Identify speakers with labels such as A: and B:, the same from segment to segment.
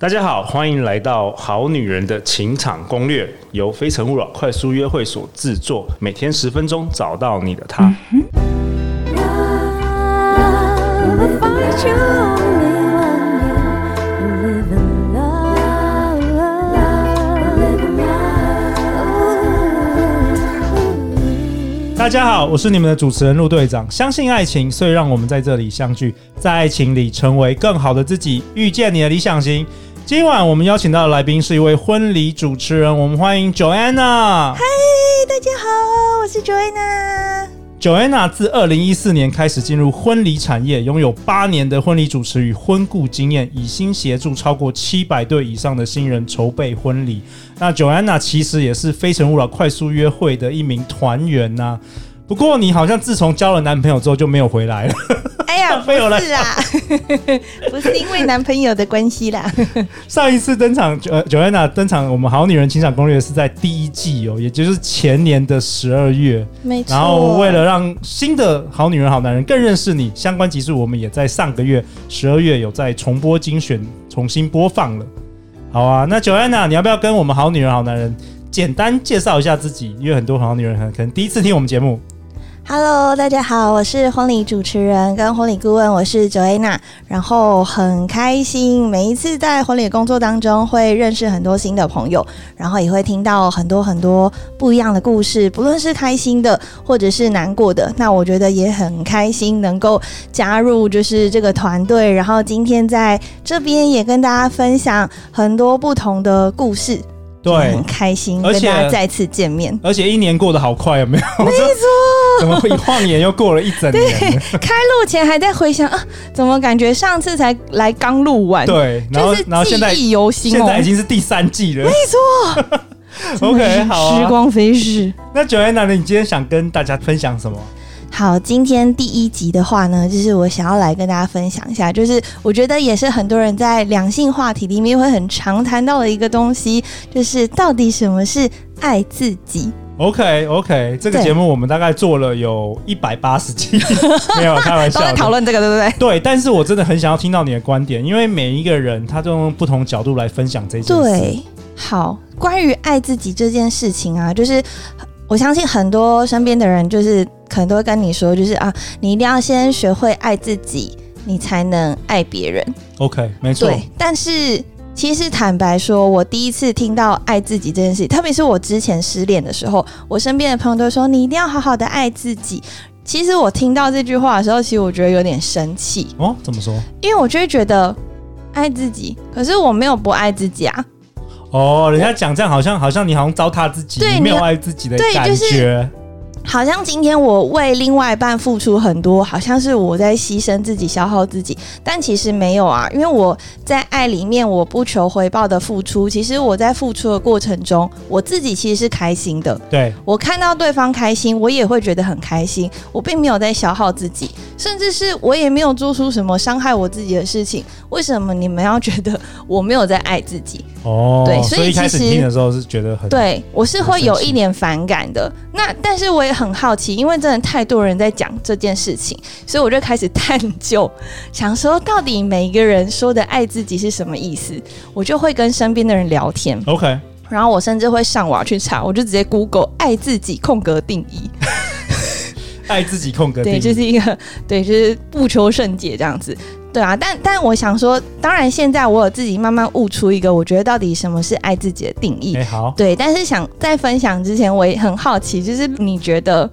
A: 大家好，欢迎来到《好女人的情场攻略》，由非诚勿扰快速约会所制作，每天十分钟，找到你的他。
B: Love, if I truly love you, live in love, live in love.
C: 大家好，我是你们的主持人陆队长。相信爱情，所以让我们在这里相聚，在爱情里成为更好的自己，遇见你的理想型。今晚我们邀请到的来宾是一位婚礼主持人，我们欢迎 Joanna。
D: 嗨，大家好，我是 Joanna。
C: Joanna 自二零一四年开始进入婚礼产业，拥有八年的婚礼主持与婚顾经验，已经协助超过七百对以上的新人筹备婚礼。那 Joanna 其实也是《非诚勿扰》快速约会的一名团员呐、不过你好像自从交了男朋友之后就没有回来了。
D: 哎 呀，不
C: 没有啦
D: 是啦，不是因为男朋友的关系啦。
C: 上一次登场，呃，Joanna 登场，我们《好女人情场攻略》是在第一季哦，也就是前年的十二月。
D: 没错。
C: 然后为了让新的好女人、好男人更认识你，相关集数我们也在上个月十二月有在重播精选重新播放了。好啊，那 Joanna，你要不要跟我们好女人、好男人简单介绍一下自己？因为很多好女人可能第一次听我们节目。
D: Hello，大家好，我是婚礼主持人跟婚礼顾问，我是 Joanna。然后很开心，每一次在婚礼工作当中会认识很多新的朋友，然后也会听到很多很多不一样的故事，不论是开心的或者是难过的。那我觉得也很开心能够加入就是这个团队，然后今天在这边也跟大家分享很多不同的故事，
C: 对
D: 很，开心
C: 而
D: 跟
C: 且
D: 大家再次见面。
C: 而且一年过得好快，有没有？没错， 怎么一晃眼又过了一整 年了？
D: 开录前还在回想啊，怎么感觉上次才来刚录完？，
C: 对，然后
D: 就是
C: 然后现在
D: 记忆犹新哦。
C: 现在已经是第三季了，没 错。OK，好、
D: 时
C: 啊。
D: 光飞逝。
C: 那 Joanna，你今天想跟大家分享什么？
D: 好，今天第一集的话呢，就是我想要来跟大家分享一下，就是我觉得也是很多人在两性话题里面会很常谈到的一个东西，就是到底什么是爱自己？
C: OK OK，这个
D: 对
C: 节目我们大概做了有一百八十 期，没有开玩笑
D: 都在
C: 的，
D: 讨论这个，对不对？
C: 对，但是我真的很想要听到你的观点，因为每一个人他都用不同角度来分享这件事。，
D: 对，好，关于爱自己这件事情啊，就是我相信很多身边的人，就是可能都会跟你说，就是啊，你一定要先学会爱自己，你才能爱别人。
C: OK，没错，
D: 对，但是其实坦白说，我第一次听到爱自己这件事情，特别是我之前失恋的时候，我身边的朋友都说你一定要好好的爱自己。其实我听到这句话的时候，其实我觉得有点生气，
C: 哦，怎么说？
D: 因为我就会觉得爱自己，可是我没有不爱自己啊。
C: 哦，人家讲这样好像好像你好像糟蹋自己，
D: 对
C: 你没有
D: 你
C: 爱自己的
D: 对
C: 感觉。
D: 就是好像今天我为另外一半付出很多，好像是我在牺牲自己、消耗自己，但其实没有啊，因为我在爱里面我不求回报的付出，其实我在付出的过程中，我自己其实是开心的，
C: 对，
D: 我看到对方开心，我也会觉得很开心，我并没有在消耗自己，甚至是我也没有做出什么伤害我自己的事情，为什么你们要觉得我没有在爱自己？
C: 哦，
D: 对所以
C: 所以一开始
D: 其实
C: 听的时候是觉得很
D: 对我是
C: 很
D: 会
C: 生
D: 有
C: 气
D: 一点反感的。那但是我也很好奇，因为真的太多人在讲这件事情，所以我就开始探究， 想说到底每一个人说的爱自己是什么意思。我就会跟身边的人聊天，
C: OK，
D: 然后我甚至会上网去查，我就直接 Google 爱自己空格定义，
C: 爱自己空格定
D: 对，
C: 义
D: 就是一个 对，就是不求甚解这样子。对啊，但但我想说，当然现在我有自己慢慢悟出一个，我觉得到底什么是爱自己的定义
C: 哎、。好，
D: 对，但是想在分享之前，我也很好奇，就是你觉得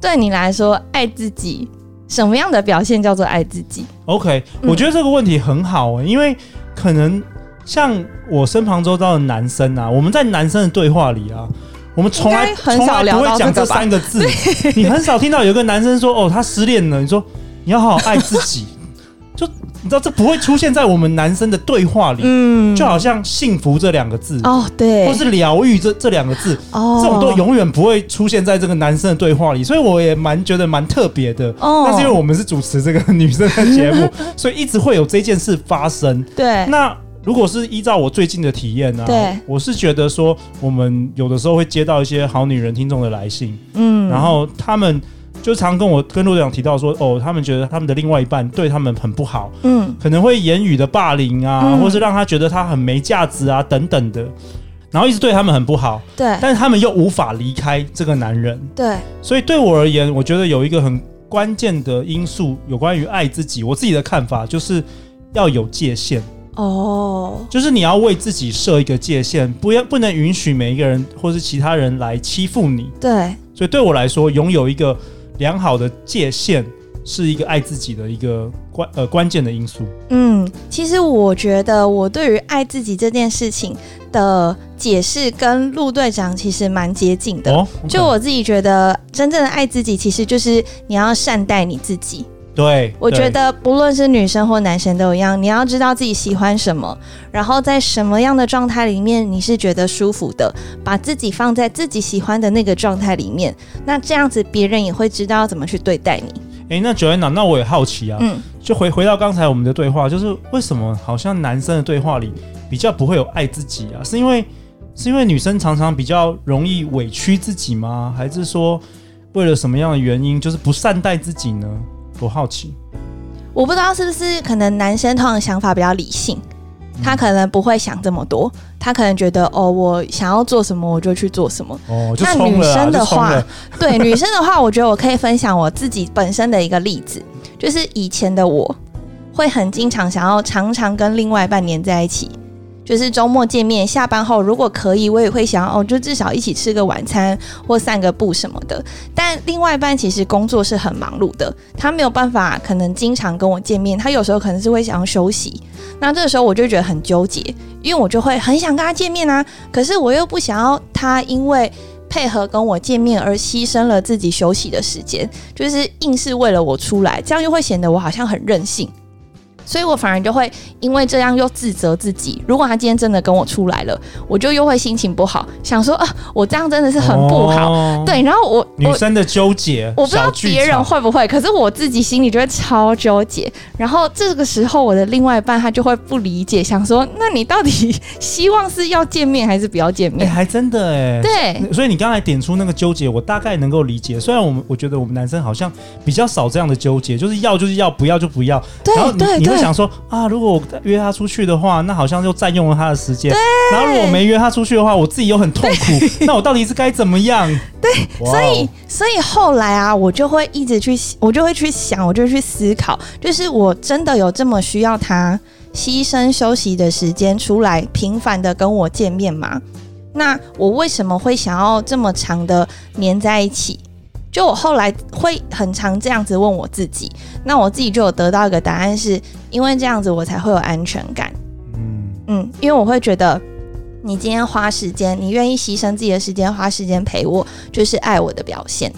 D: 对你来说，爱自己什么样的表现叫做爱自己？
C: OK，、
D: 嗯
C: 我觉得这个问题很好、欸，因为可能像我身旁周遭的男生啊，我们在男生的对话里啊，我们从来
D: 应该很
C: 从
D: 少
C: 来
D: 聊
C: 不
D: 到
C: 会讲这
D: 这个吧
C: 三个 字，你很少听到有一个男生说哦他失恋了，你说你要好好爱自己， 就你知道这不会出现在我们男生的对话里，
D: 嗯
C: 就好像幸福这两个字，
D: 哦，对，
C: 或是疗愈这这两个字，
D: 哦
C: 这种都永远不会出现在这个男生的对话里，所以我也蛮觉得蛮特别的。
D: 哦
C: 但是因为我们是主持这个女生的节 目，所以一直会有这件事发生。
D: 对，
C: 那如果是依照我最近的体验呢、
D: 哎对
C: 我是觉得说，我们有的时候会接到一些好女人听众的来信，
D: 嗯
C: 然后他们就常跟我跟陆队长提到说，哦，他们觉得他们的另外一半对他们很不好，
D: 嗯
C: 可能会言语的霸凌啊，
D: 嗯
C: 或是让他觉得他很没价值啊等等的，然后一直对他们很不好，
D: 对
C: 但是他们又无法离开这个男人，
D: 对，
C: 所以对我而言，我觉得有一个很关键的因素有关于爱自己，我自己的看法就是要有界限，
D: 哦，
C: 就是你要为自己设一个界限，不要不能允许每一个人或是其他人来欺负你。
D: 对，
C: 所以对我来说，拥有一个良好的界限是一个爱自己的一个关呃关键的因素。
D: 嗯，其实我觉得我对于爱自己这件事情的解释跟陆队长其实蛮接近的。
C: 哦，
D: 就我自己觉得，真正的爱自己其实就是你要善待你自己。
C: 对，
D: 我觉
C: 对
D: 得不论是女生或男生都一样，你要知道自己喜欢什么，然后在什么样的状态里面你是觉得舒服的，把自己放在自己喜欢的那个状态里面，那这样子别人也会知道怎么去对待你。
C: 诶，那 Joanna，那我也好奇啊，
D: 嗯
C: 就回回到刚才我们的对话，就是为什么好像男生的对话里比较不会有爱自己啊？是因为是因为女生常常比较容易委屈自己吗？还是说为了什么样的原因，就是不善待自己呢？我好奇。
D: 我不知道是不是可能男生通常想法比较理性，
C: 嗯
D: 他可能不会想这么多，他可能觉得哦，我想要做什么我就去做什么。
C: 哦，就
D: 那
C: 冲了
D: 女
C: 啊，
D: 生
C: 就
D: 的
C: 冲
D: 话
C: 了。
D: 对女生的话，我觉得我可以分享我自己本身的一个例子，就是以前的我会很经常想要常常跟另外一半黏在一起，就是周末见面，下班后如果可以，我也会想要哦，就至少一起吃个晚餐或散个步什么的。但另外一半其实工作是很忙碌的，他没有办法可能经常跟我见面，他有时候可能是会想要休息。那这个时候我就觉得很纠结，因为我就会很想跟他见面啊， 可是我又不想要他因为。配合跟我见面而牺牲了自己休息的时间，就是硬是为了我出来，这样又会显得我好像很任性，所以我反而就会因为这样又自责自己。如果他今天真的跟我出来了，我就又会心情不好，想说啊，我这样真的是很不好。
C: 哦，
D: 对，然后我
C: 女
D: 我
C: 生的纠结，
D: 我不知道
C: 小剧
D: 别人
C: 场
D: 会不会，可是我自己心里就会超纠结。然后这个时候，我的另外一半他就会不理解，想说：那你到底希望是要见面还是不要见
C: 哎、
D: 面？
C: 还真的哎、
D: 对
C: 所以你刚才点出那个纠结，我大概能够理解。虽然我们我觉得我们男生好像比较少这样的纠结，就是要就是要，不要就不要。
D: 对
C: 然后你
D: 对
C: 你会
D: 对
C: 想说啊，如果我约他出去的话，那好像就占用了他的时间。然后如果没约他出去的话，我自己又很痛苦。那我到底是该怎么样？对，
D: 所以，所以后来啊，我就会一直去，我就会去想，我就去思考，就是我真的有这么需要他牺牲休息的时间出来频繁的跟我见面吗？那我为什么会想要这么长的黏在一起？就我后来会很常这样子问我自己，那我自己就有得到一个答案是，因为这样子我才会有安全感。
C: 嗯，
D: 嗯，因为我会觉得你今天花时间，你愿意牺牲自己的时间花时间陪我，就是爱我的表现。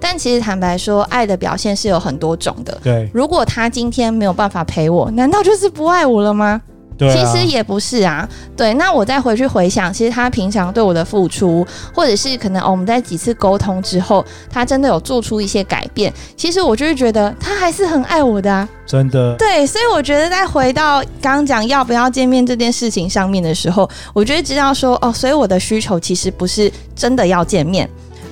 D: 但其实坦白说，爱的表现是有很多种的。
C: 对
D: 如果他今天没有办法陪我，难道就是不爱我了吗？
C: 对、啊，
D: 其实也不是啊，对。那我再回去回想，其实他平常对我的付出，或者是可能、哦、我们在几次沟通之后，他真的有做出一些改变，其实我就会觉得他还是很爱我的啊。
C: 真的
D: 对，所以我觉得在回到刚刚讲要不要见面这件事情上面的时候，我就会知道说，哦，所以我的需求其实不是真的要见面，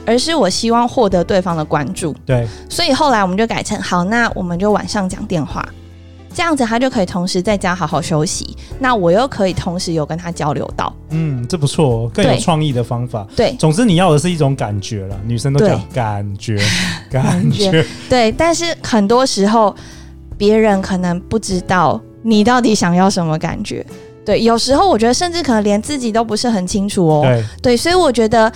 D: 而是我希望获得对方的关注。
C: 对
D: 所以后来我们就改成，好，那我们就晚上讲电话，这样子他就可以同时在家好好休息，那我又可以同时有跟他交流到。
C: 嗯，这不错、哦，更有
D: 对
C: 创意的方法。
D: 对
C: 总之，你要的是一种感觉了。女生都讲
D: 对
C: 感 觉，感
D: 觉
C: 觉，
D: 对，但是很多时候别人可能不知道你到底想要什么感觉。对，有时候我觉得甚至可能连自己都不是很清楚哦。
C: 对。
D: 对，所以我觉得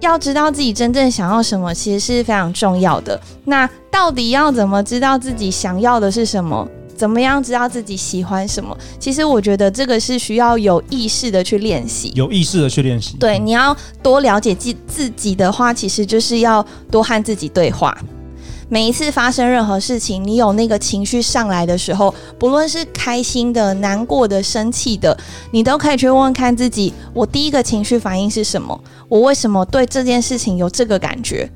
D: 要知道自己真正想要什么，其实是非常重要的。那到底要怎么知道自己想要的是什么？怎么样知道自己喜欢什么？其实我觉得这个是需要有意识的去练习。
C: 有意识的去练习。嗯
D: 对，你要多了解自自己的话，其实就是要多和自己对话。每一次发生任何事情，你有那个情绪上来的时候，不论是开心的、难过的、生气的，你都可以去问问看自己：我第一个情绪反应是什么？我为什么对这件事情有这个感觉？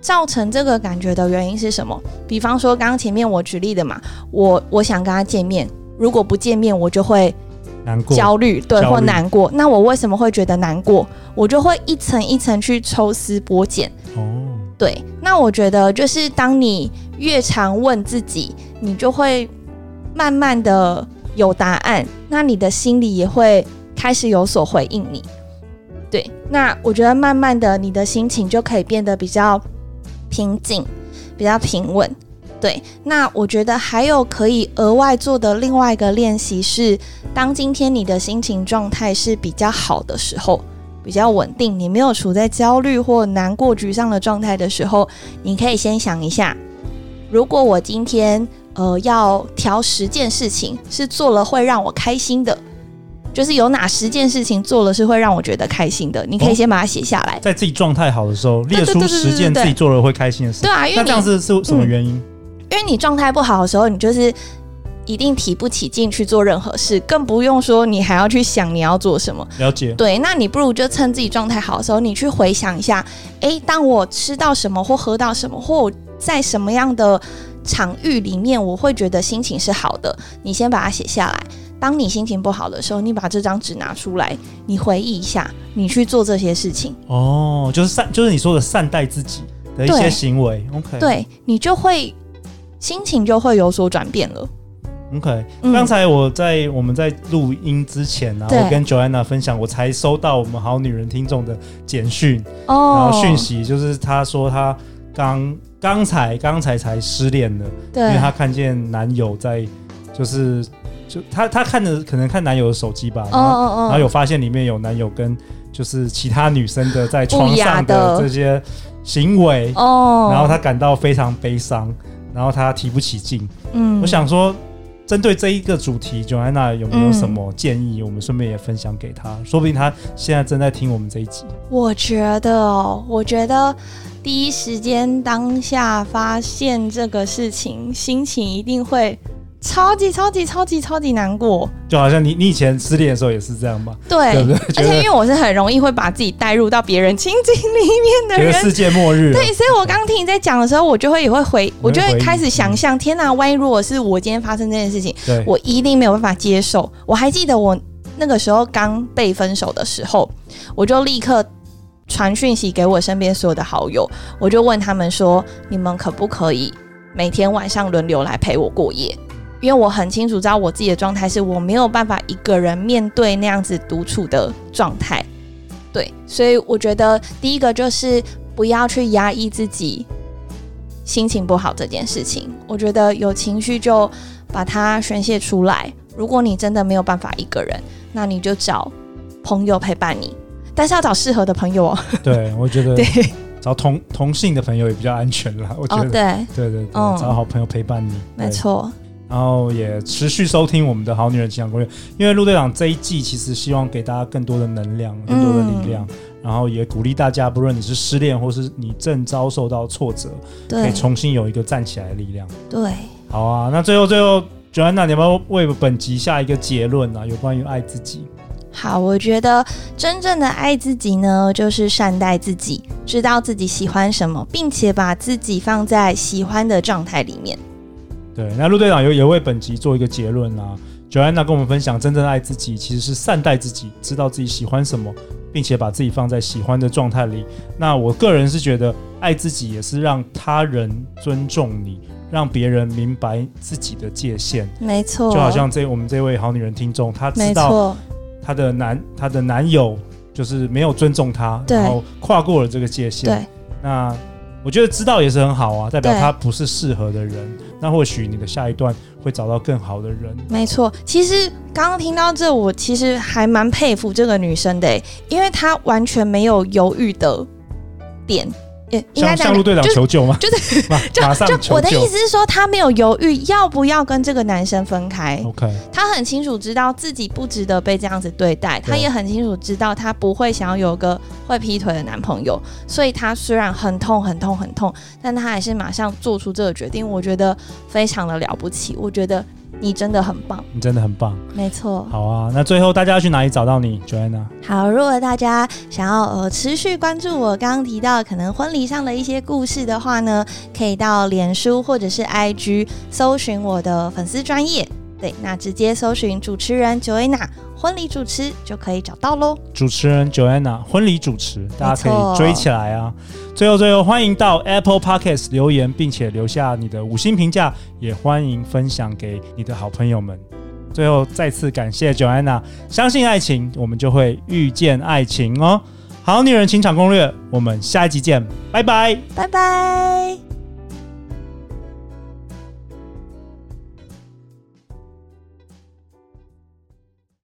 D: 造成这个感觉的原因是什么？比方说，刚刚前面我举例的嘛，我我想跟他见面，如果不见面，我就会
C: 难过。
D: 焦虑，对，
C: 焦虑
D: 或难过。那我为什么会觉得难过？我就会一层一层去抽丝剥茧，
C: 哦，
D: 对，那我觉得就是当你越常问自己，你就会慢慢的有答案，那你的心里也会开始有所回应你。对，那我觉得慢慢的你的心情就可以变得比较平静，比较平稳。对，那我觉得还有可以额外做的另外一个练习是，当今天你的心情状态是比较好的时候，比较稳定，你没有处在焦虑或难过、沮丧的状态的时候，你可以先想一下，如果我今天呃要挑十件事情是做了会让我开心的，就是有哪十件事情做了是会让我觉得开心的，你可以先把它写下来。
C: 在自己状态好的时候，列
D: 对
C: 出
D: 对对对
C: 十件
D: 对
C: 自己做了会开心的事
D: 对。啊，因为
C: 那
D: 你
C: 这样子是什么原因？
D: 因为你状态不好的时候，你就是一定提不起劲去做任何事，更不用说你还要去想你要做什么。
C: 了解。
D: 对，那你不如就趁自己状态好的时候，你去回想一下，诶，当我吃到什么或喝到什么，或我在什么样的场域里面，我会觉得心情是好的，你先把它写下来。当你心情不好的时候，你把这张纸拿出来，你回忆一下，你去做这些事情，
C: 哦，就是善，就是你说的善待自己的一
D: 对
C: 些行为。OK，
D: 对你就会心情就会有所转变了。
C: ，OK。
D: 嗯
C: 刚才我在我们在录音之前啊，
D: 对
C: 我跟 Joanna 分享，我才收到我们好女人听众的简讯，然
D: 哦
C: 后讯息就是她说她刚刚才刚才才失恋了，因为
D: 对，
C: 她看见男友在就是就她她看着可能看男友的手机吧，然后
D: 哦
C: 然后有发现里面有男友跟就是其他女生的在床
D: 不雅
C: 上的
D: 的
C: 这些行为，
D: 哦，
C: 然后他感到非常悲伤，然后他提不起劲。
D: 嗯
C: 我想说，针对这一个主题，Joanna 有没有什
D: 嗯
C: 么建议？我们顺便也分享给他，说不定他现在正在听我们这一集。
D: 我觉得哦，我觉得第一时间当下发现这个事情，心情一定会超级超级超级超级难过。
C: 就好像你你以前失恋的时候也是这样嘛，
D: 对，
C: 对不对？觉
D: 而且因
C: 得
D: 为我是很容易会把自己带入到别人情景里面的
C: 觉得
D: 人。
C: 世界末日了，啊
D: 对，所以我刚听你在讲的时候，我就会也会回，我就会开始想象，天哪，万一如果是我今天发生这件事情，
C: 对，
D: 我一定没有办法接受。我还记得我那个时候刚被分手的时候，我就立刻传讯息给我身边所有的好友，我就问他们说：你们可不可以每天晚上轮流来陪我过夜？因为我很清楚知道我自己的状态是我没有办法一个人面对那样子独处的状态。对，所以我觉得第一个就是不要去压抑自己心情不好这件事情。我觉得有情绪就把它宣泄出来。如果你真的没有办法一个人，那你就找朋友陪伴你，但是要找适合的朋友哦。
C: 对我觉得
D: 对，
C: 找同同性的朋友也比较安全啦，我觉
D: 哦
C: 得。
D: 对，
C: 对对对，
D: 嗯
C: 找好朋友陪伴你，对
D: 没错，
C: 然后也持续收听我们的《好女人情感攻略》，因为陆队长这一季其实希望给大家更多的能量、更多的力量，嗯然后也鼓励大家，不论你是失恋或是你正遭受到挫折，可以
D: 对
C: 重新有一个站起来的力量。
D: 对，
C: 好啊，那最后最后，Joanna，你要不要为本集下一个结论啊？有关于爱自己，
D: 好，我觉得真正的爱自己呢，就是善待自己，知道自己喜欢什么，并且把自己放在喜欢的状态里面。
C: 对，那陆队长有也为本集做一个结论啊。Joanna 跟我们分享，真正的爱自己其实是善待自己，知道自己喜欢什么，并且把自己放在喜欢的状态里。那我个人是觉得，爱自己也是让他人尊重你，让别人明白自己的界限。
D: 没错，
C: 就好像这我们这位好女人听众，她知
D: 没
C: 道
D: 错，
C: 她的男她的男友就是没有尊重她，
D: 对
C: 然后跨过了这个界限。
D: 对
C: 那我觉得知道也是很好啊，代表
D: 对
C: 他不是适合的人。那或许你的下一段会找到更好的人。
D: 没错，其实刚刚听到这，我其实还蛮佩服这个女生的欸，因为她完全没有犹豫的点，也应
C: 向
D: 该这样
C: 向陆队长
D: 就是
C: 求救吗？
D: 就是
C: 马
D: 就
C: 马上
D: 就
C: 求
D: 我的意
C: 救。
D: 思是说，她没有犹豫要不要跟这个男生分开，
C: OK，
D: 她很清楚知道自己不值得被这样子对待，
C: 对啊
D: 她也很清楚知道她不会想要有个会劈腿的男朋友，所以她虽然很痛很痛很痛，但她还是马上做出这个决定，我觉得非常的了不起，我觉得你真的很棒，
C: 你真的很棒。
D: 没错。
C: 好啊，那最后大家要去哪里找到你，Joanna？
D: 好，如果大家想要呃持续关注我刚刚提到可能婚礼上的一些故事的话呢，可以到脸书或者是 IG 搜寻我的粉丝专业。对，那直接搜寻主持人 Joanna 婚礼主持就可以找到喽。
C: 主持人 Joanna 婚礼主持，大家可
D: 没错
C: 以追起来啊！最后，最后，欢迎到 Apple Podcast 留言，并且留下你的五星评价，也欢迎分享给你的好朋友们。最后，再次感谢 Joanna，相信爱情，我们就会遇见爱情哦。好女人情场攻略，我们下一集见，拜拜。
D: 拜拜。